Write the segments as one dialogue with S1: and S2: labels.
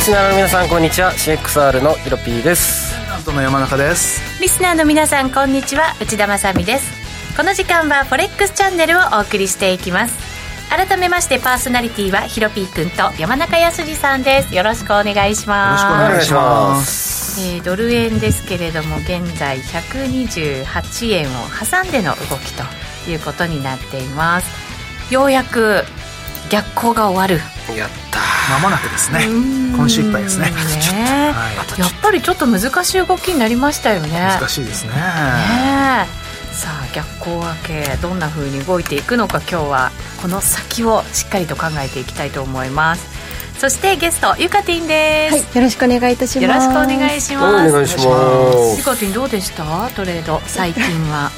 S1: スナーの皆さんこんにちは CXR のヒロピーです
S2: 担当の山中です
S3: リスナーの皆さんこんにちは内田まさみですこの時間はフォレックスチャンネルをお送りしていきます改めましてパーソナリティはヒロピーくんと山中康二さんですよろしくお願いします
S2: よろしくお願いします
S3: えードル円ですけれども現在128円を挟んでの動きということになっていますようやく逆行が終わる、
S1: やった
S2: まもなくですね
S3: うん
S2: 今週いっぱいですね
S3: ね
S2: はい
S3: やっぱりちょっと難しい動きになりましたよね
S2: 難しいですね
S3: ねえさあ逆光明けどんな風に動いていくのか今日はこの先をしっかりと考えていきたいと思いますそしてゲストゆかてぃんです、
S4: はい、よろしくお願いいたします。
S3: よろしくお願いしま
S1: お願い
S3: す
S1: しま
S3: ゆ
S1: す
S3: かてぃんどうでしたトレード最近 は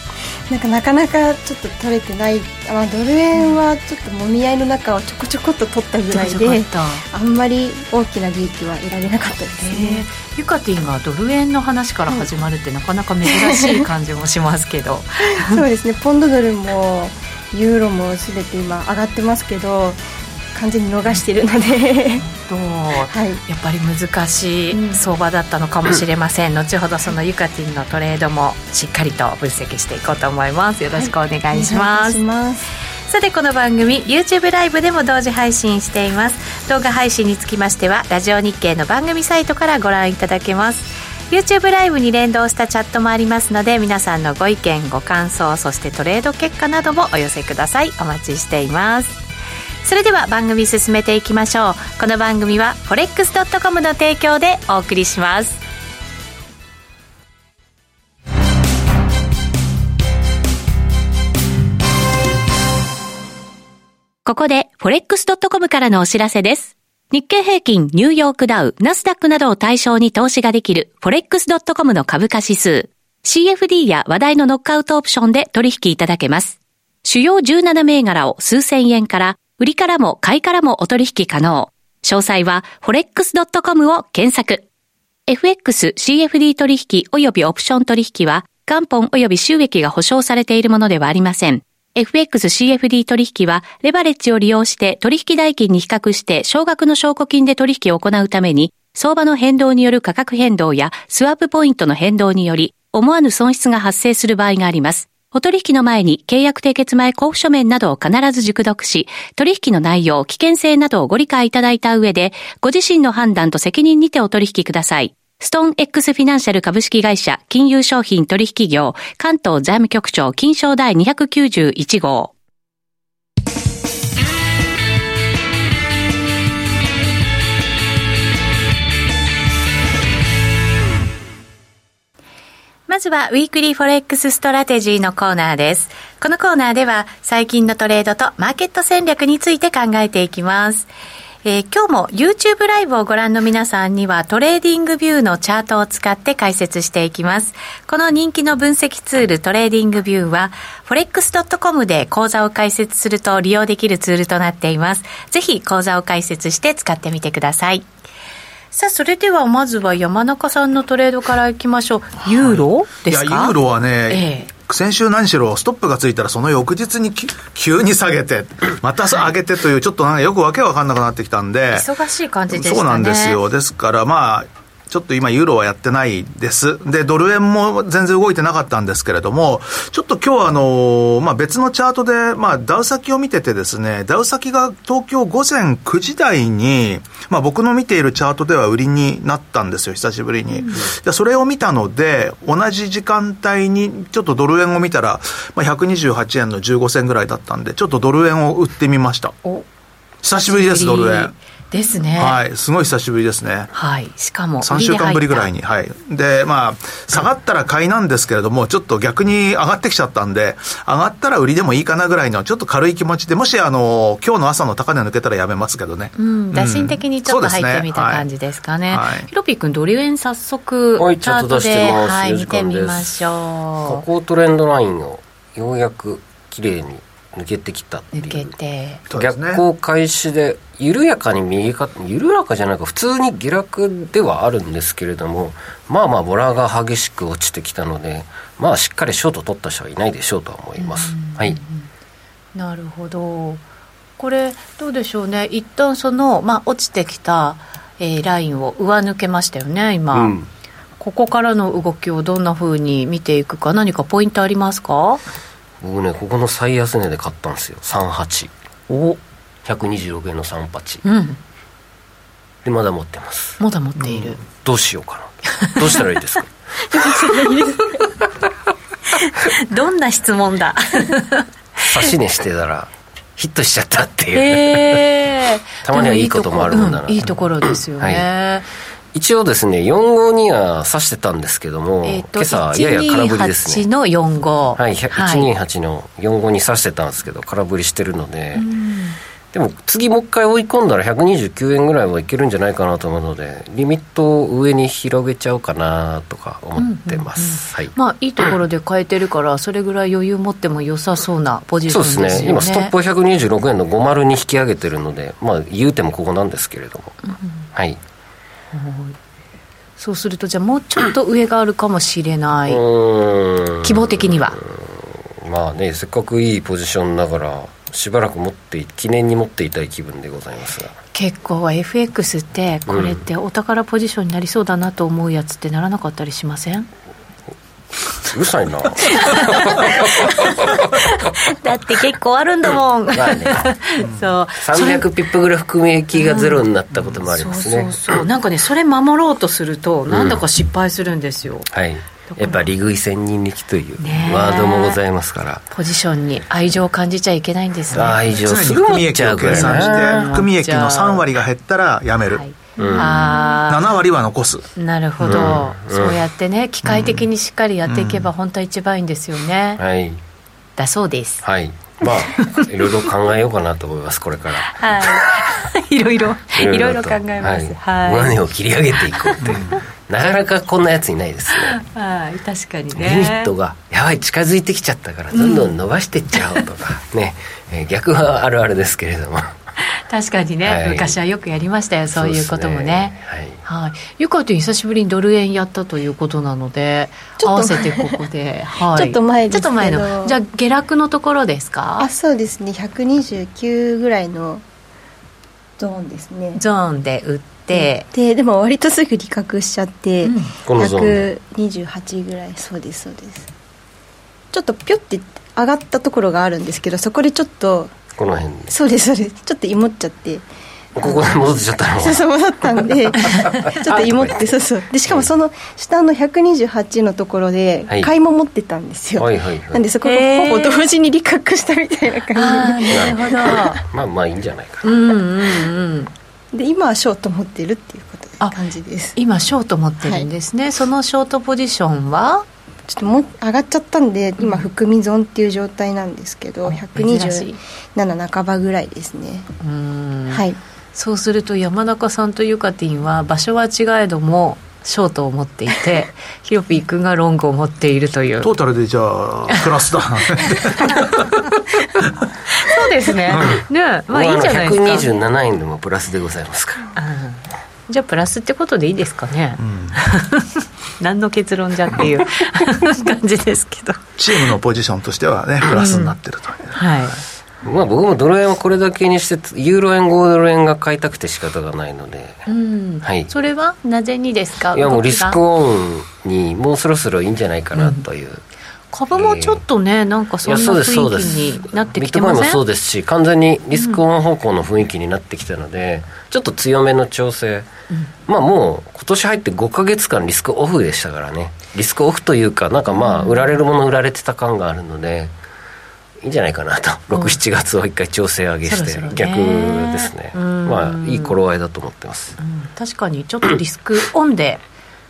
S4: なんかなかなかちょっと取れてない、あまあ、ドル円はちょっともみ合いの中をちょこちょこっと取ったぐらい
S3: どう
S4: で
S3: でし、たか
S4: あんまり大きな利益は得られなかったで
S3: え
S4: すね。
S3: ーゆかてぃんがドル円の話から始まるってなかなか珍しい感じもしますけ ど
S4: そうですね、ポンドドルもユーロもすべて今上がってますけど、完全に逃してるので、
S3: どう
S4: はい、
S3: やっぱり難しい相場だったのかもしれません、後ほどそのユカティンのトレードもしっかりと分析していこうと思いますよろしくお願いします、
S4: お願いします
S3: さてこの番組 YouTube ライブでも同時配信しています動画配信につきましてはラジオ日経の番組サイトからご覧いただけます YouTube ライブに連動したチャットもありますので皆さんのご意見ご感想そしてトレード結果などもお寄せくださいお待ちしていますそれでは番組進めていきましょうこの番組は forex.com の提供でお送りしますここで forex.com からのお知らせです。日経平均、ニューヨークダウ、ナスダックなどを対象に投資ができる forex.com の株価指数。CFD や話題のノックアウトオプションで取引いただけます。主要17銘柄を数千円から、売りからも買いからもお取引可能。詳細は forex.com を検索。FX、CFD 取引及びオプション取引は、元本及び収益が保証されているものではありません。FX、CFD 取引は、レバレッジを利用して取引代金に比較して少額の証拠金で取引を行うために、相場の変動による価格変動やスワップポイントの変動により、思わぬ損失が発生する場合があります。お取引の前に契約締結前交付書面などを必ず熟読し、取引の内容、危険性などをご理解いただいた上で、ご自身の判断と責任にてお取引ください。ストーン X フィナンシャル株式会社金融商品取引業関東財務局長金賞第291号。まずは、ウィークリーフォレックスストラテジーのコーナーです。このコーナーでは、最近のトレードとマーケット戦略について考えていきます。えー今日も YouTube ライブをご覧の皆さんには、トレーディングビューのチャートを使って解説していきます。この人気の分析ツール、トレーディングビューは、forex.com で講座を開設すると利用できるツールとなっています。ぜひ、講座を開設して使ってみてください。さあ、それではまずは山中さんのトレードからいきましょう。ユーロですか
S2: いやユーロは
S3: え
S2: ね、
S3: え
S2: 先週何しろストップがついたらその翌日にき急に下げてまた上げてというちょっとなんかよくわけわかんなくなってきたんで
S3: 忙しい感じでしたね。
S2: そうなんですよ。ですからまあちょっと今ユーロはやってないです。で、ドル円も全然動いてなかったんですけれども、ちょっと今日あの、まあ別のチャートで、まあダウ先を見ててですね、ダウ先が東京午前9時台に、まあ僕の見ているチャートでは売りになったんですよ、久しぶりに。でそれを見たので、同じ時間帯にちょっとドル円を見たら、まあ128円の15銭ぐらいだったんで、ちょっとドル円を売ってみました。
S3: お。
S2: 久しぶりです、ドル円。。
S3: ですね。は。
S2: はいい、すごい久しぶりですね。
S3: しかも
S2: 3週間ぶりぐらいに、。はい、で、まあ、下がったら買いなんですけれども、ちょっと逆に上がってきちゃったんで、上がったら売りでもいいかなぐらいの、ちょっと軽い気持ちで、もし、あの今日の朝の高値抜けたらやめますけどね、
S3: うん、打診的にちょっと入ってみた感じ
S2: で、
S3: ですかね。
S2: そうですねはい
S3: ヒロピー君、ドル円早速、
S1: はい
S3: チャート
S1: チャート出し
S3: で、
S1: てます
S3: はい、
S1: 4
S3: 見
S1: 時
S3: て
S1: 間です
S3: みまし
S1: 下
S3: ょ
S1: 降トレンドラインをようやく綺麗に抜けてきたって
S3: う。
S1: いう
S3: 抜けて。
S2: そうですね
S1: 逆行開始で緩やかに右か緩やかじゃないか普通に下落ではあるんですけれどもまあまあボラが激しく落ちてきたのでまあしっかりショート取った人はいないでしょうとは思いますはい
S3: なるほど。これ、どうでしょうね。一旦その、まあ、落ちてきた、えーラインを上抜けましたよね今、
S1: うん
S3: ここからの動きをどんなふうに見ていくか何かポイントありますか
S1: 僕ねここの最安値で買ったんですよ38
S3: お
S1: 126円の38
S3: うん
S1: でまだ持ってます
S3: まだ持っている、
S1: どうしようかなどうしたらいいです か
S3: どんな質問だ
S1: 差し値してたらヒットしちゃったっていう、
S3: へえ
S1: たまにはいいこともあるもんだな
S3: でいいところですよね、
S1: 一応ですね4号には差してたんですけども、
S3: えっ、と
S1: 今朝やや空振りです
S3: 128
S1: ね
S3: の4号
S1: はい、128の4号に差してたんですけど空振りしてるので、でも次もう一回追い込んだら129円ぐらいはいけるんじゃないかなと思うのでリミットを上に広げちゃおうかなとか思ってます、はい
S3: まあいいところで変えてるからそれぐらい余裕持っても良さそうなポジシ
S1: そ
S3: ョ
S1: うで
S3: ンです
S1: す
S3: よ
S1: ね
S3: ね
S1: 今ストップを126円の50に引き上げてるのでまあ言うてもここなんですけれども、はい
S3: そうするとじゃあもうちょっと上があるかもしれないう
S1: ーん
S3: 希望的には
S1: まあねせっかくいいポジションだからしばらく持ってい記念に持っていたい気分でございますが
S3: 結構 FX ってこれってお宝ポジションになりそうだなと思うやつってならなかったりしません、
S1: うる さいな
S3: だって結構あるんだもん
S1: まあね
S3: そうそれ
S1: 300ピップぐらい含み益がゼロになったこともありますね、
S3: そうそうそうなんかねそれ守ろうとするとなんだか失敗するんですよ、
S1: はいやっぱ利食い千人力という
S3: ねえ
S1: ワードもございますから
S3: ポジションに愛情を感じちゃいけないんですね
S1: 愛情
S2: 常に
S1: すぐ
S2: 含み
S1: 持っち
S2: 益
S1: ゃ
S2: を
S1: うか
S2: 計
S1: ら
S2: 算
S1: ね
S2: して含み益
S3: じゃ
S2: の
S3: あ
S2: 3割が減ったらやめる、
S3: はいあー
S2: 7割は残す
S3: なるほど、そうやってね機械的にしっかりやっていけば本当は一番いいんですよね、
S1: はい
S3: だそうです
S1: はいまあ いろいろ考えようかなと思いますこれから
S3: はい いろいろいろいろ
S1: と
S3: 考えます
S1: はい
S3: はい、
S1: 胸を切り上げていこうって いうなかなかこんなやついないですね
S3: はい、確かに
S1: リミ
S3: ね
S1: ットがやばい近づいてきちゃったからどんどん伸ばしてっちゃおうとか、ね、えー逆はあるあるですけれども
S3: 確かにね、
S1: はい
S3: 昔はよくやりましたよそういうこともね
S1: そうですね
S3: はい、ゆかと久しぶりにドル円やったということなので
S4: ち
S3: 合
S4: ょっ
S3: わ
S4: と
S3: せてここ で、はい、
S4: ちょっと前ですけ
S3: ちょ
S4: ど
S3: っと前のじゃあ下落のところですか
S4: あそうですね129ぐらいのゾーンですね
S3: ゾーンで売って、
S4: ででも割とすぐ利確しちゃって、
S3: うん
S1: このゾー
S4: 128ぐらいそうですそうですちょっとピョって上がったところがあるんですけどそこでちょっと
S1: この辺
S4: そうですそうですちょっといもっちゃって
S1: ここで戻ってちゃったの
S4: そうそう戻っ たんでちょっといもってそうそうでしかもその下の128のところで
S1: はい
S4: 買いも持ってたんですよ、
S1: はいはいはい
S4: なんでそこ
S3: へー
S4: がほぼ同時に利確したみたいな感
S3: あーなるほ
S1: まあまあいいんじゃないかな
S3: どうんうんうん
S4: じでで今はショート持ってるっていうこと
S3: あ
S4: 感じです
S3: 今ショート持ってるんですね、そのショートポジションは
S4: ちょっともう上がっちゃったんで今含み損っていう状態なんですけど
S3: あ珍しい
S4: 127半ばぐらいですね、
S3: うん
S4: はい
S3: そうすると山中さんとゆかてぃんは場所は違えどもショートを持ってい てヒロピー君がロングを持っているという
S2: トータルでじゃあクラスだ
S3: そうですねねまあいいじゃないですか、
S1: 僕はあの127円でもプラスでございますから
S3: うんじゃあプラスってことでいいですかね、何の結論じゃっていう 感じですけど
S2: チームのポジションとしてはねプラスになってるという、
S3: はい
S1: まあ僕もドル円はこれだけにしてユーロ円ゴールド円が買いたくて仕方がないので
S3: うん、
S1: はい
S3: それはなぜにですか
S1: いやもう
S3: 動
S1: リ
S3: き
S1: ス
S3: が
S1: クオンにもうそろそろいいんじゃないかなという、
S3: 株もちょっとね、なんかそ
S1: い
S3: んな
S1: やそうですそう
S3: 雰
S1: で
S3: 囲気
S1: す
S3: になってきて
S1: ビットコイ
S3: ま
S1: ンも
S3: せん
S1: そうですし完全にリスクオン方向の雰囲気になってきたので、ちょっと強めの調整、まあもう今年入って5か月間リスクオフでしたからねリスクオフというかなんかまあ売られるもの売られてた感があるのでいいんじゃないかなと
S3: うん
S1: 67月を一回調整上げして
S3: そろそろね
S1: 逆ですね
S3: うん
S1: まあいい頃合いだと思ってます
S3: うん確かにちょっとリスクオンで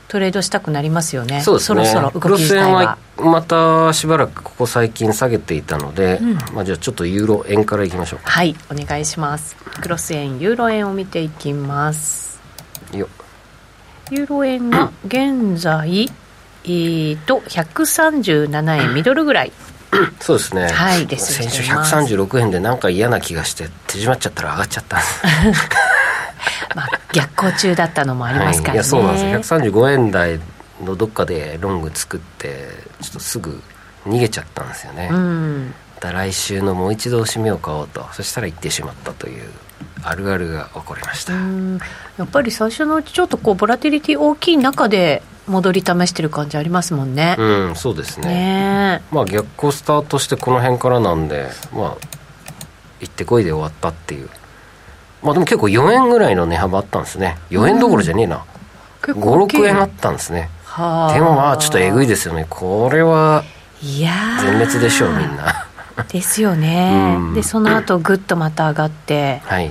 S3: トレードしたくなりますよね
S1: そうですね
S3: そろそろ
S1: ク
S3: 動
S1: ロ
S3: き自
S1: ス
S3: 体
S1: 円
S3: は
S1: はまたしばらくここ最近下げていたので、まあじゃあちょっとユーロ円からいきましょうか
S3: はいお願いしますクロス円ユーロ円を見ていきます
S1: よ
S3: ユーロ円が現在えーと137円ミドルぐらい
S1: そうですね。
S3: はいです
S1: 先週
S3: してます
S1: 136円でなんか嫌な気がして手締まっちゃったら上がっちゃったんです。
S3: まあ逆行中だったのも ありますから
S1: い、い
S3: ね、
S1: やそうなんですよ。135円台のどっかでロング作ってちょっとすぐ逃げちゃったんですよね。
S3: うん
S1: た来週のもう一度締めを買おうとそしたら行ってしまったというあるあるが起こりました、
S3: うんやっぱり最初のうちちょっとこうボラティリティ大きい中で戻り試してる感じありますもんね。
S1: うんそうですね
S3: ねえ
S1: まあ逆行スタートしてこの辺からなんでまあ行ってこいで終わったっていうまあでも結構4円ぐらいの値幅あったんですね4円どころじゃねえな、
S3: 結構大きい
S1: 56円あったんですね
S3: はあ
S1: でもまあちょっとえぐいですよねこれはい
S3: やー
S1: 全滅でしょうみんな
S3: ですよね、
S1: うん
S3: でその後ぐっとまた上がって
S1: はい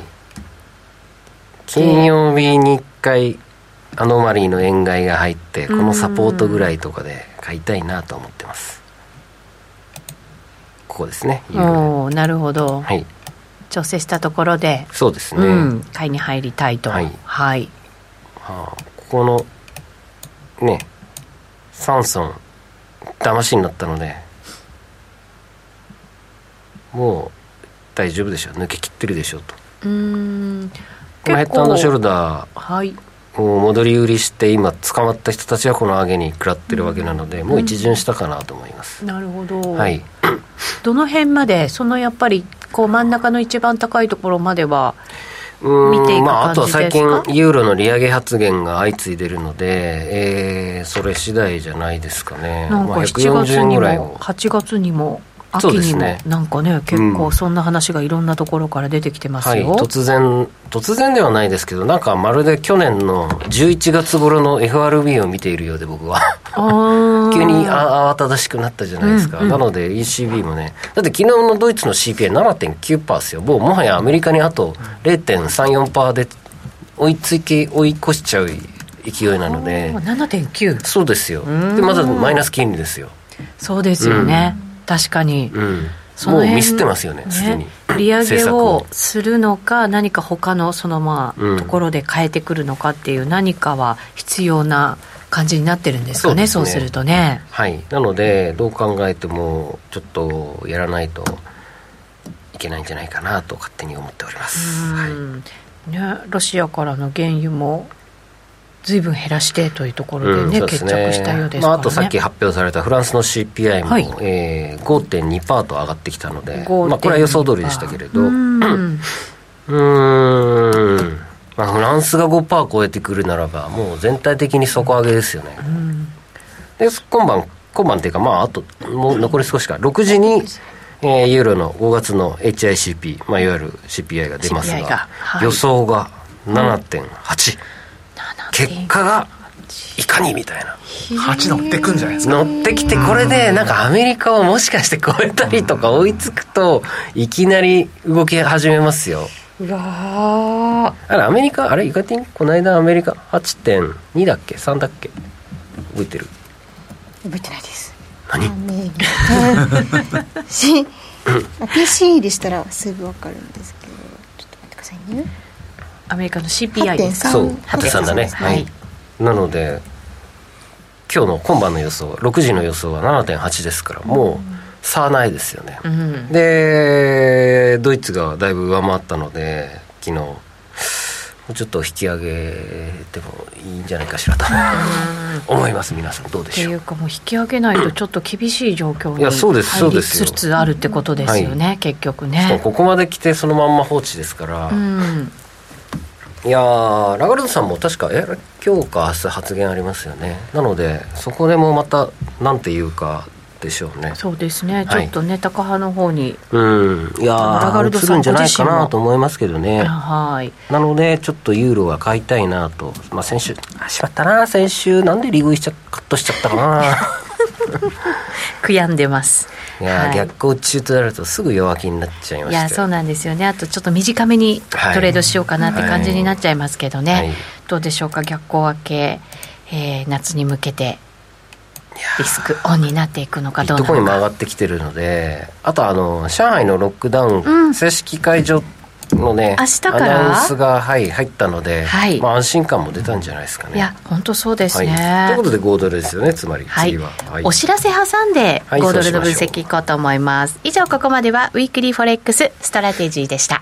S1: 金曜日に1回アノマリーの円買いが入ってこのサポートぐらいとかで買いたいなと思ってますここですねユーロ
S3: おおなるほど、
S1: はい
S3: 調整したところで、
S1: そうですね、
S3: うん、買いに入りたいと
S1: はい
S3: はい、
S1: ああここのねサンソン騙しになったのでもう大丈夫でしょう抜けきってるでしょうと
S3: うーん
S1: このヘッドショルダ
S3: はい
S1: ーを戻り売りして今捕まった人たちはこの上げに食らってるわけなので、もう一巡したかなと思います、
S3: なるほど、
S1: はい
S3: どの辺までそのやっぱりこう真ん中の一番高いところまでは
S1: うーん
S3: 見ていく
S1: まあ、あとは
S3: 感
S1: 最
S3: じです
S1: 近
S3: か
S1: ユーロの利上げ発言が相次いでるので、えーそれ次第じゃないですかね
S3: なん
S1: ま
S3: か
S1: あ
S3: 7月
S1: 140
S3: に
S1: ぐらい
S3: も
S1: を
S3: 8月にも秋
S1: そうで
S3: に
S1: す
S3: も、
S1: ね
S3: なんかね結
S1: うん
S3: 構そんな話がいろんなところから出てきてますよ、
S1: はい、突然突然ではないですけどなんかまるで去年の11月頃の FRB を見ているようで僕は
S3: あー
S1: 急にあ慌ただしくなったじゃないですか、
S3: うんうん
S1: なので ECB もねだって昨日のドイツの CPI7.9% ですよもうもはやアメリカにあと0.34%で追いつき追い越しちゃう勢いなので
S3: おー7.9
S1: そうですよで
S3: ーん
S1: まだマイナス金利ですよ、
S3: そうですよね、確かに、
S1: うん、
S3: そ
S1: も
S3: の
S1: う
S3: 辺
S1: ミスってますよね
S3: ね
S1: すでに
S3: 利上げ
S1: 政策
S3: をするのか何か他のそのまあ、
S1: うん
S3: ところで変えてくるのかっていう何かは必要な感じになってるんですかね
S1: そ
S3: そうう
S1: です
S3: す
S1: ね
S3: るとね
S1: はい、なのでどう考えてもちょっとやらないといけないんじゃないかなと勝手に思っております、
S3: う
S1: はい、
S3: んねロシアからの原油も随分減らしてというところでね、
S1: そう
S3: 決着したようですからね、
S1: まあ、あとさっき発表されたフランスの CPI も、
S3: はい
S1: えー、5.2%と上がってきたので、
S3: 5.2%
S1: まあ、これは予想通りでしたけれど
S3: う
S1: うん
S3: ん
S1: ーん、まあ、フランスが5%超えてくるならばもう全体的に底上げですよね、で今晩今晩っていうかまああともう残り少しか6時に、えーユーロの5月の HICP、まあ、いわゆる CPI が出ますが
S3: CPI がはい
S1: 予想が7.8、結果がいかにみたいな
S2: 8乗ってくんじゃないですか
S1: 乗ってきてこれでなんかアメリカをもしかして超えたりとか追いつくといきなり動き始めますよ
S3: うわ
S1: あれアメリカあれイカティンこの間アメリカ8.2だっけ3だっけ覚えてる
S4: 覚えてないです
S1: 何
S4: あ名義し PC でしたらすぐわかるんですけどちょっと待ってくださいね
S3: アメリカの CPI ですか
S4: 3
S1: そう
S4: 8.3
S1: 8.3だね
S4: です
S1: は
S3: はい
S1: いなので今日の今晩の予想6時の予想は7.8ですからもう差はないですよね、
S3: うん
S1: でドイツがだいぶ上回ったので昨日もうちょっと引き上げてもいいんじゃないかしらと 思います皆さんどうで
S3: って
S1: し
S3: い
S1: ょ
S3: う
S1: う
S3: かもう引き上げないとちょっと厳しい状況
S1: い
S3: に
S1: やそうですそう
S3: 入
S1: で
S3: り
S1: すよ
S3: つつあるってことですよね、結局
S1: しかも
S3: ね。
S1: ここまで来てそのまんま放置ですから、
S3: うん、
S1: いやーラガルドさんも確かえ今日か明日発言ありますよねなのでそこでもまたなんていうかでしょうね
S3: そうですね、
S1: い
S3: ちょっとね高派の方に、
S1: うんいやー
S3: ラガルドさん
S1: 映るんじゃないか
S3: ご自身
S1: な
S3: も
S1: と思いますけどね
S3: はい
S1: なのでちょっとユーロは買いたいなと、まあ、先週あしまったな先週なんで利食いしちゃカットしちゃったか な
S3: 悔やんでます。
S1: いやー、
S3: はい
S1: 逆行中となるとすぐ弱気になっちゃいま
S3: い
S1: して
S3: やそうなんですよねあとちょっと短めに
S1: はい
S3: トレードしようかなって感じになっちゃいますけどね、
S1: はい
S3: どうでしょうか逆光明け、えー夏に向けてリスクオンになっていくのか
S1: ビ
S3: ど
S1: ット
S3: うな
S1: コイン
S3: の
S1: も上
S3: か
S1: がってきてるのであとあの上海のロックダウン、
S3: うん
S1: 正式解除のね
S3: 明日から
S1: アナウンスが、はい、入ったので、
S3: はい
S1: まあ、安心感も出たんじゃないですかね
S3: いや本当そうです
S1: はい、
S3: ね、
S1: ということで5ドルですよねつまり
S3: はい
S1: 次は、はい
S3: お知らせ挟んで
S1: はい
S3: 5ドルの
S1: そう
S3: 分
S1: しましょう
S3: 析いこうと思います、以上ここまではウィークリーフォレックスストラテジーでした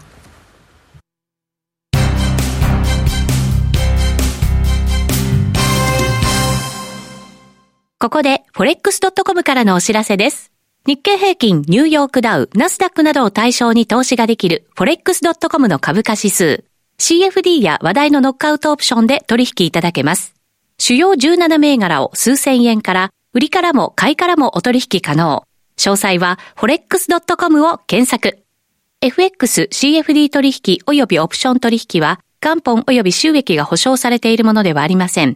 S5: ここで forex.com からのお知らせです。日経平均、ニューヨークダウ、ナスダックなどを対象に投資ができる forex.com の株価指数。CFD や話題のノックアウトオプションで取引いただけます。主要17銘柄を数千円から、売りからも買いからもお取引可能。詳細は forex.com を検索。FX、CFD 取引及びオプション取引は、元本及び収益が保証されているものではありません。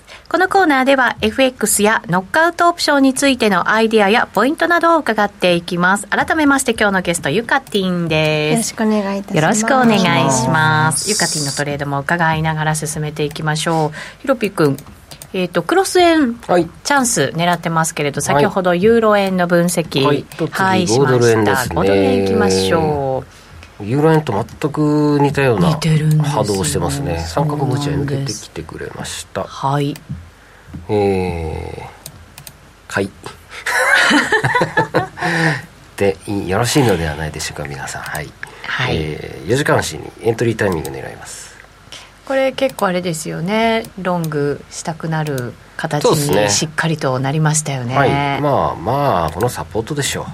S3: このコーナーでは FX やノックアウトオプションについてのアイディアやポイントなどを伺っていきます。改めまして今日のゲストゆかてぃん
S4: よ
S3: で
S4: ろ
S3: す
S4: し。くお願いいたします
S3: よろしくお願いします。ユカティのトレードも伺いながら進めていきましょう。ヒロピ君、えっ、とクロス円
S1: はい
S3: チャンス狙ってますけれど、先ほどユーロ円の分析、
S1: はいと次
S3: し
S1: 5
S3: ま
S1: ドル円
S3: し
S1: で
S3: た。
S1: すね
S3: 5ドル円いきましょう。
S1: ユーロ円と全く似たような
S3: 似てるんですよ
S1: 波動をしてますね三角持ち合い抜
S3: そうなん
S1: け
S3: で
S1: て
S3: す
S1: きてくれました
S3: はい。
S1: えー、買い でいいよろしいのではないでしょうか皆さんはい、
S3: はい
S1: えー、4時間足にエントリータイミング狙います
S3: これ結構あれですよね。ロングしたくなる形
S1: そうです
S3: に
S1: ね
S3: しっかりとなりましたよね。
S1: はいまあまあこのサポートでしょう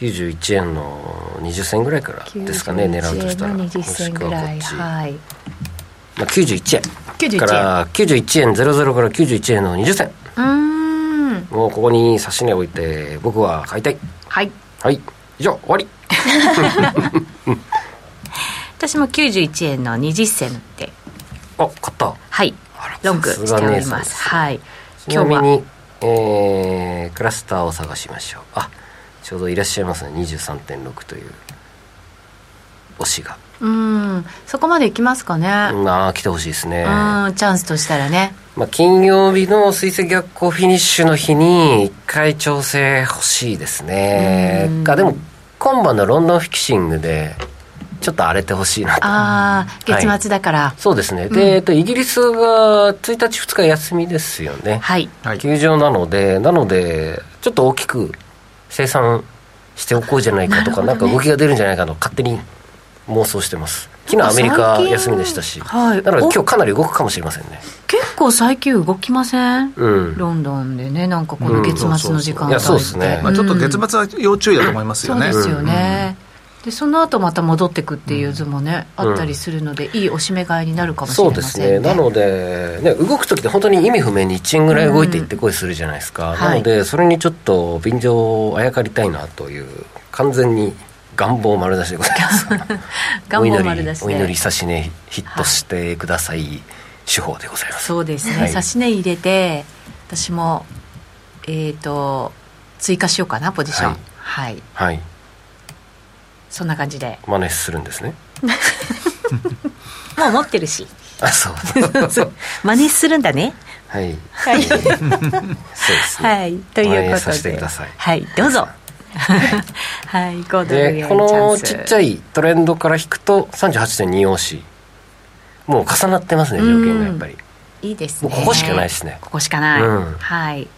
S1: 91円の20銭ぐらいからですかね狙うとしたら
S3: 91円の20銭ぐらい。
S1: もしくはこっち
S3: はい。
S1: まあ、91
S3: 91
S1: 円
S3: 円
S1: から91円00から91円の20銭
S3: うーん。
S1: もうここに差し値を置いて僕は買いたい
S3: はい。
S1: はい以上終わり
S3: 私も91円の20銭で、
S1: あ買った
S3: はい
S1: あら。
S3: ロングしており
S1: さすが
S3: ま。
S1: 姉さんですす
S3: はい。
S1: ち
S3: 今
S1: な
S3: 日
S1: み
S3: は
S1: に、えークラスターを探しましょうあちょうどいらっしゃいますね23.6という推しが
S3: うんそこまでいきますかね。
S1: まあ来てほしいですね
S3: うんチャンスとしたらね。
S1: まあ、金曜日の水星逆行フィニッシュの日に一回調整欲しいですね
S3: うん
S1: あでも今晩のロンドンフィキシングでちょっと荒れてほしいなと
S3: ああ
S1: はい
S3: 月末だから。
S1: そうですねで、
S3: うん
S1: えっとイギリスが1日2日休みですよね
S3: はい。
S2: はい
S1: 休場なのでなのでちょっと大きく生産しておこうじゃないかとかな,、
S3: な
S1: ん
S3: る
S1: か
S3: ほどね
S1: 動きが出るんじゃないかと勝手に妄想してます昨日アメリカ休みでしたし、
S3: はい。
S1: なので
S3: お
S1: 今日かなり動くかもしれませんね
S3: 結構最近動きません。
S1: うん
S3: ロンドンでねなんかこの月末の時間
S1: うん
S3: 帯って、
S1: いやそうですね
S2: まあ、ちょっと月末
S3: うん
S2: は要注意だと思いますよね。
S3: そうですよね。でその後また戻ってくっていう図もね、あったりするのでいいおしめ買いになるかもしれ
S1: そう
S3: ませ
S1: で
S3: んね。
S1: すねなので、ね、動く時って本当に意味不明に1円ぐらい動いていってこいするじゃないですか、
S3: うん
S1: なので、それにちょっと便乗をあやかりたいなという完全に願望丸出しでございます
S3: 願望丸出しで
S1: お祈りお祈り差しねヒットしてください、手法でございます
S3: そうですね、
S1: はい
S3: 差し値入れて私もえっ、と追加しようかなポジション
S1: は
S3: はいい、
S1: はい
S3: そんな感じで
S1: 真似するんですね
S3: もう持ってるし
S1: あそう
S3: 真似するんだね
S1: はい、はい、そうですね、
S3: はいというこ
S1: 真似さ
S3: とで
S1: せてください
S3: はいどうぞ はい5ドル
S1: で
S3: 円
S1: こ
S3: チャ
S1: の
S3: ンス
S1: ちっちゃいトレンドから引くと38.244もう重なってますね条件がやっぱり
S3: いいです
S1: も
S3: ね
S1: うここしかないですね
S3: ここしかない、
S1: うん
S3: はい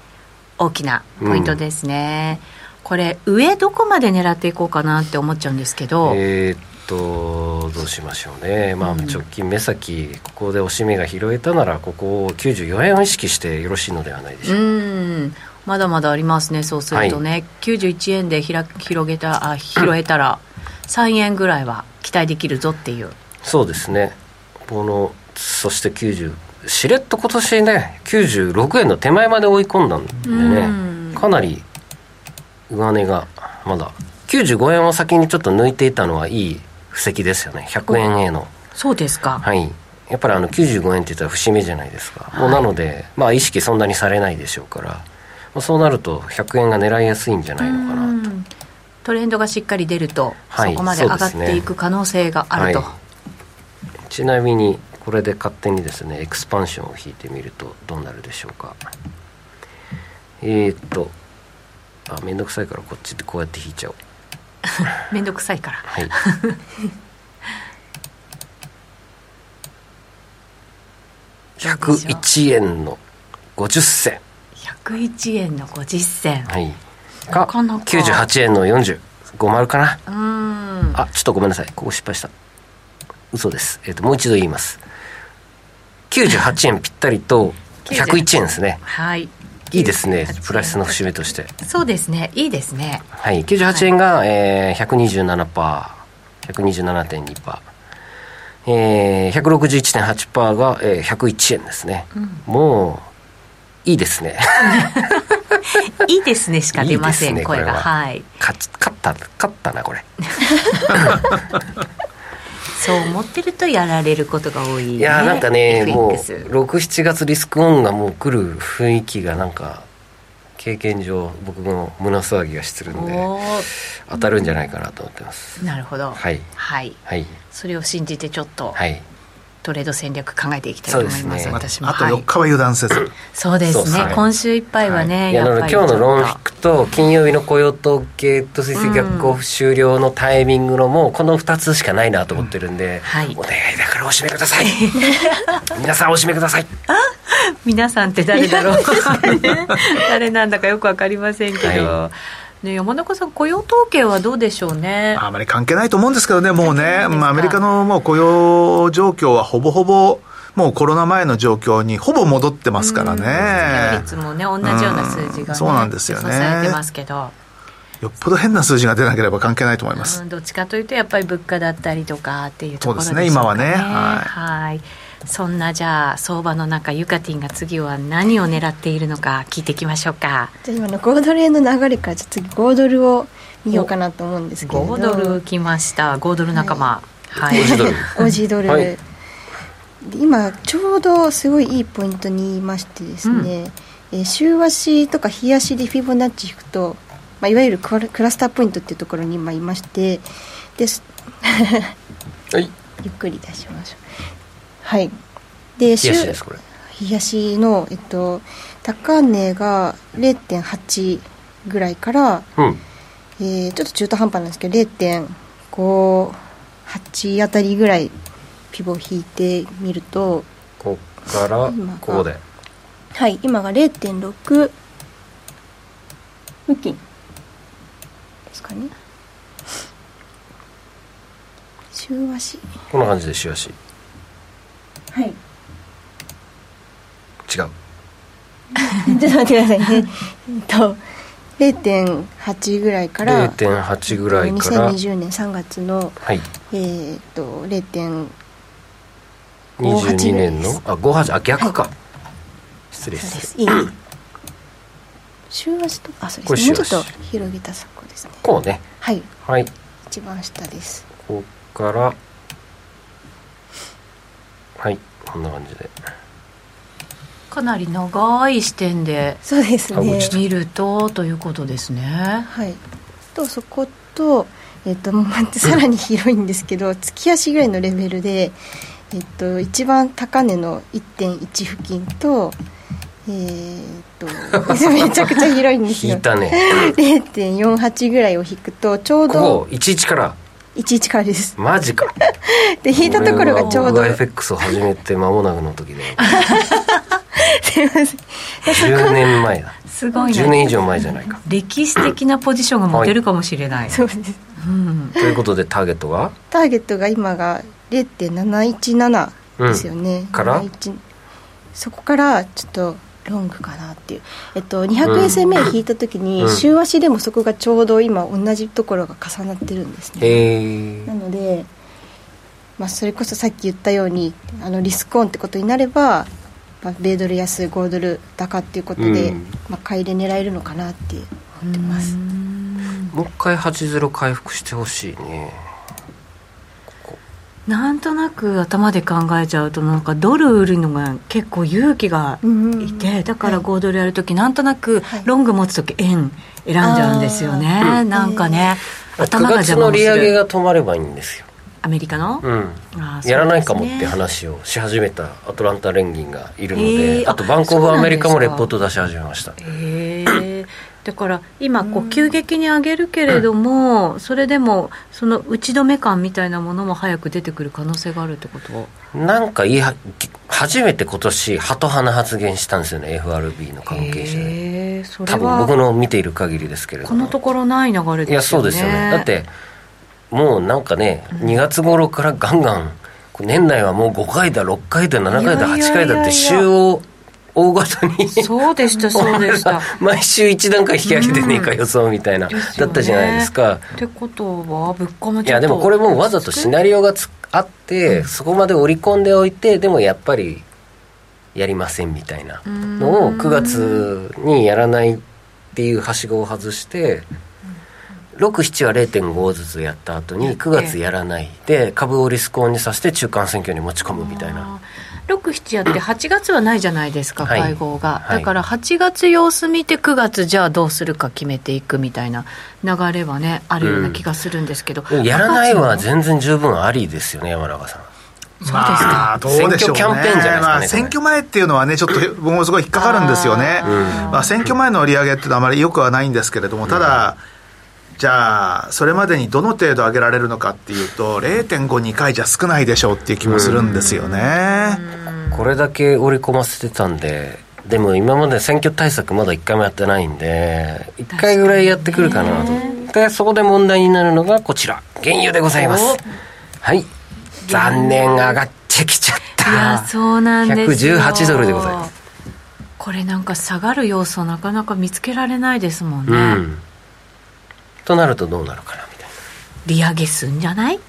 S3: 大きなポイントですね、これ上どこまで狙っていこうかなって思っちゃうんですけど、
S1: えーっとどうしましょうねまあ
S3: うん
S1: 直近目先ここでおしめが拾えたならここを94円を意識してよろしいのではないでしょうか
S3: うんまだまだありますねそうするとね、91円でひら広げたあ拾えたら3円ぐらいは期待できるぞっていう
S1: そうですねこのそして90しれっと今年ね96円の手前まで追い込んだんで
S3: うん
S1: ねかなり上値がまだ95円を先にちょっと抜いていたのはいい布石ですよね100円への
S3: そうですか、
S1: はいやっぱりあの95円って言ったら節目じゃないですか、もうなのでまあ意識そんなにされないでしょうからまあそうなると100円が狙いやすいんじゃないのかな
S3: うんトレンドがしっかり出ると、
S1: はい
S3: そこまで
S1: そ
S3: 上
S1: うで
S3: がっ
S1: すね
S3: ていく可能性があると。
S1: はいちなみにこれで勝手にですねエクスパンションを引いてみるとどうなるでしょうかえー、っとあめんどくさいからこっちでこうやって引いちゃおう
S3: めんどくさいから。
S1: はい101円の50銭
S3: 101円の50銭。
S1: はいか
S3: かなか
S1: 98円の4050かな
S3: うーん。
S1: あちょっとごめんなさいここ失敗した嘘です、えっともう一度言います98円ぴったりと101円ですね
S3: はい。
S1: いいですねプラスの節目として
S3: そうですね。いいですね。
S1: はい98円が、えー、127パー127.2パー、えー、161.8パーが、えー、101円ですね、もういいですね
S3: いいですねしか出ません、
S1: いいですね
S3: 声
S1: これ
S3: が。
S1: は
S3: はい。
S1: 勝ち勝った勝ったなこれ
S3: そう思ってるとやられることが多い、ね。
S1: いやーなんかね、もう
S3: FX
S1: 67月リスクオンがもう来る雰囲気がなんか経験上僕も胸騒ぎがしてるんで
S3: おー
S1: 当たるんじゃないかなと思ってます
S3: なるほど。
S1: はい
S3: はい。
S1: はい
S3: それを信じてちょっと
S1: はい
S3: トレード戦略考えていきたいと思います。
S1: そうですね
S3: 私も。
S2: あと
S3: はい
S2: 4日は油断せず、
S3: そうです
S1: そうです
S3: ね
S1: ね
S3: 今週いっぱいはね、
S1: いや
S3: や
S1: な
S3: っ
S1: の
S3: ぱ
S1: で
S3: り
S1: 今日の
S3: ちょっと
S1: ロンフィッ クと金曜日の雇用統計と水星逆行終了のタイミングのもうこの2つしかないなと思ってるんで、
S3: はい
S1: お願いだからお締めくだ さい皆さんお締めください
S3: 皆さんって誰だろう 誰なんだかよくわかりませんけど、ね、山中さん雇用統計はどうでしょうね
S2: あまり関係ないと思うんですけどね、もうね、
S3: ですか
S2: まあ、アメリカのもう雇用状況はほぼほぼ、もうコロナ前の状況にほぼ戻ってますから
S3: い
S2: ね、
S3: つもね同じような数字が、ね
S2: うんそうなんですよね
S3: 予想されてますけど、
S2: よっぽど変な数字が出なければ関係ないと思います
S3: う。ん、どっちかというとやっぱり物価だったりとかっていうところでし
S2: そううです
S3: ょかね
S2: ね今はね
S3: は
S2: はいい
S3: そんなじゃあ相場の中ユカティンが次は何を狙っているのか聞いていきましょうか
S4: じゃあ今の5ドル円の流れからちょっと次5ドルを見ようかなと思うんですけれど
S3: 5ドル来ました5ドル仲間はい、
S1: 50ドル
S4: オージードル、
S1: はい
S4: で今ちょうどすごいいいポイントにいましてですね、えー週足とか日足でフィボナッチ引くと、まあ、いわゆるクラクラスターポイントっていうところに今いましてです
S1: はい
S4: ゆっくり出しましょうはいで
S1: 冷やしですこれ
S4: 日足の、えっと、高値が0.8ぐらいから、
S1: うん
S4: えーちょっと中途半端なんですけど0.58あたりぐらいピボを引いてみると
S1: こっから
S4: 今
S1: ここで
S4: はい今が0.6付近ですかね週足
S1: こんな感じでしよし
S4: はい
S1: 違う
S4: ちょっと待ってくださいねえっと0.8ぐらいから
S1: 0.8ぐらいから
S4: 2020年3月の
S1: はい
S4: えーっと0.8
S1: 22年の
S4: 58
S1: あ58あ逆か、失礼
S4: そう
S1: し
S4: です。いい。週足とあそう
S1: こ
S4: で
S1: れ
S4: すね。もう
S1: 週
S4: ちょ
S1: 足
S4: っと広げた作こですね。
S1: こうね
S4: はい、
S1: はい
S4: 一番下です。
S1: こっからはいこんな感じで
S3: かなり長い視点で
S4: そうです
S1: あもう
S4: ね
S1: ちょ。っ
S3: 見るとということですね。
S4: はい。とそことえっともう待ってさらに広いんですけど、月足ぐらいのレベルでえっと一番高値の1.1付近と。えーっと めちゃくちゃ広いんです
S1: 引
S4: よ
S1: いたね
S4: 0.48ぐらいを引くとちょう
S1: こ
S4: ど
S1: う11から
S4: 11からです
S1: マジか
S4: で引いたところがちょう
S1: これは僕が
S4: ど
S1: FX を始めて間もなくの時で
S4: すいません
S1: 10年前だ
S3: すごい
S1: 10
S3: な。
S1: 年以上前じゃないか
S3: 歴史的なポジションが持てるかもしれない。
S4: そうです
S3: うん、
S1: ということでターゲットが
S4: ターゲットが今が0.717ですよね、
S1: から
S4: 71そこからちょっとロングかなっていう、えっと、200SMA 引いた時
S1: う
S4: に
S1: ん
S4: 週足でもそこがちょうど今同じところが重なってるんですね、
S1: へ
S4: な
S1: ー
S4: ので、まあ、それこそさっき言ったようにあのリスクオンってことになれば、まあ、米ドル安5ドル高っていうことで、
S1: うん
S4: まあ、買い入れ狙えるのかなって思ってます、
S1: もう一回80回復してほしいね
S3: なんとなく頭で考えちゃうとなんかドル売るのが結構勇気が
S4: うんうん
S3: いてだから5ドルやるときなんとなく
S4: はい
S3: ロング持つとき円選んじゃうんですよね、
S4: ー
S3: なんかね、頭が
S1: 9月
S3: 邪魔
S1: の
S3: をす
S1: 利
S3: る
S1: 上げが止まればいいんですよ、
S3: アメリカの、
S1: うん、
S3: あー
S1: やらないかもって
S3: そうで
S1: 話をし始めたアトランタ連銀がいるの
S3: へ
S1: で、
S3: えあ
S1: あとバンコ
S3: そう
S1: ブ
S3: なんですか
S1: アメリカもレポート出し始めました
S3: すねへえだから今こう急激に上げるけれども、それでもその打ち止め感みたいなものも早く出てくる可能性があるってこと
S1: なんか言いは初めて今年ハト派な発言したんですよね FRB の関係者で
S3: へえそれ
S1: 多分僕
S3: は
S1: の見ている限りですけれど
S3: こ
S1: も
S3: のところない流れ
S1: いや
S3: です
S1: そう
S3: よね
S1: ですよねだってもうなんかね、2月頃からガンガンこう年内はもう5回だ6回だ7回だ
S3: いやいやいやいや
S1: 8回だって週を大ごとに
S3: そう でしたそうでした
S1: 毎週1段階引き上げてねえか
S3: うん
S1: 予想みたいな、
S3: です
S1: だ
S3: よね
S1: ったじゃないですか
S3: ってことは物価もちょっと
S1: いやでもこれもわざとシナリオがつあって、そこまで織り込んでおいてでもやっぱりやりませんみたいなのを
S3: うん
S1: 9月にやらないっていうはしごを外して67は0.5ずつやった後に9月やらないで株をリスクオンにさせて中間選挙に持ち込むみたいな。
S3: 67やって8月はないじゃないですか、
S1: はい
S3: 会合が、
S1: はい
S3: だから8月様子見て9月じゃあどうするか決めていくみたいな流れはねあるような気がするんですけど、
S1: でもやらないは
S3: 全
S1: 全然十分ありですよね山中さん
S3: すか
S2: まあ、どうでしょ
S1: 選挙
S2: うね。
S1: キャンペーンじゃないですかね
S2: ま
S1: こ
S2: あ、
S1: れ
S2: 選挙前っていうのはね、ちょっと僕もすごい引っかかるんですよね。まあ、選挙前の利上げっていうのはあまり良くはないんですけれども、ただ、じゃあ、それまでにどの程度上げられるのかっていうと、0.5、2回じゃ少ないでしょうっていう気もするんですよね。
S1: これだけ織り込ませてたんででも今まで選挙対策まだ1回もやってないんで1回ぐらいやってくるかなとでそこで問題になるのがこちら原油でございますはい残念上がってきちゃっ
S3: いや
S1: た
S3: そうなんですよ
S1: 118ドルでございます
S3: これなんか下がる要素なかなか見つけられないですもんね、
S1: うんとなるとどうなるかなみたい
S3: 利上げすんじゃない
S1: な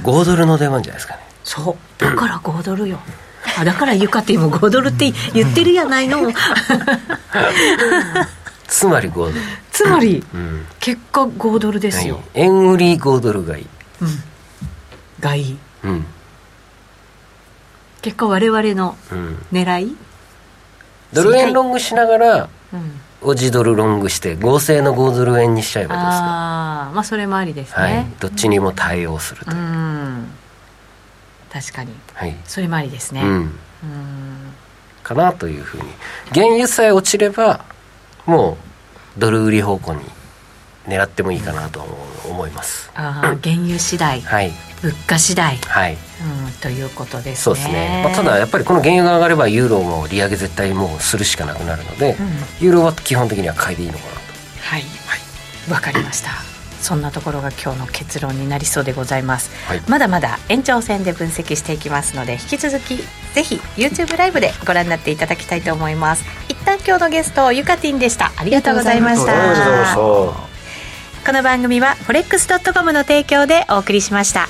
S1: 5ドルの出番じゃないですかね
S3: そうだから5ドルよあだからユカティも5ドルって言ってるやな いの
S1: つまり5ドル
S3: つまり
S1: うん
S3: 結果5ドルですよ、
S1: はい円売り5ドルがいい
S3: がいい
S1: うん
S3: 結果我々の
S1: うん
S3: 狙い、
S1: ドル円ロングしながら
S3: うん、
S1: オジドルロングして合成の5ドル円にしちゃえばどうですか
S3: ああまあそれもありですね、
S1: はい、どっちにも対応すると
S3: う
S1: いう、
S3: ん確かに
S1: はい、
S3: それもありですね、
S1: うん、
S3: うん
S1: かなというふうに原油さえ落ちればもうドル売り方向に狙ってもいいかなと思う思います
S3: ああ原油次第
S1: はい
S3: 物価次第、
S1: はい
S3: うん、ということですね
S1: そうですね、まあ、ただやっぱりこの原油が上がればユーロも利上げ絶対もうするしかなくなるので、ユーロは基本的には買いでいいのかなと
S3: はいわ、かりましたそんなところが今日の結論になりそうでございます、
S1: はい
S3: まだまだ延長戦で分析していきますので引き続きぜひ YouTube ライブでご覧になっていただきたいと思います一旦今日のゲストゆかてぃんでしたありがとうございました
S2: ありがとうございました
S3: この番組はフォレックス .com の提供でお送りしました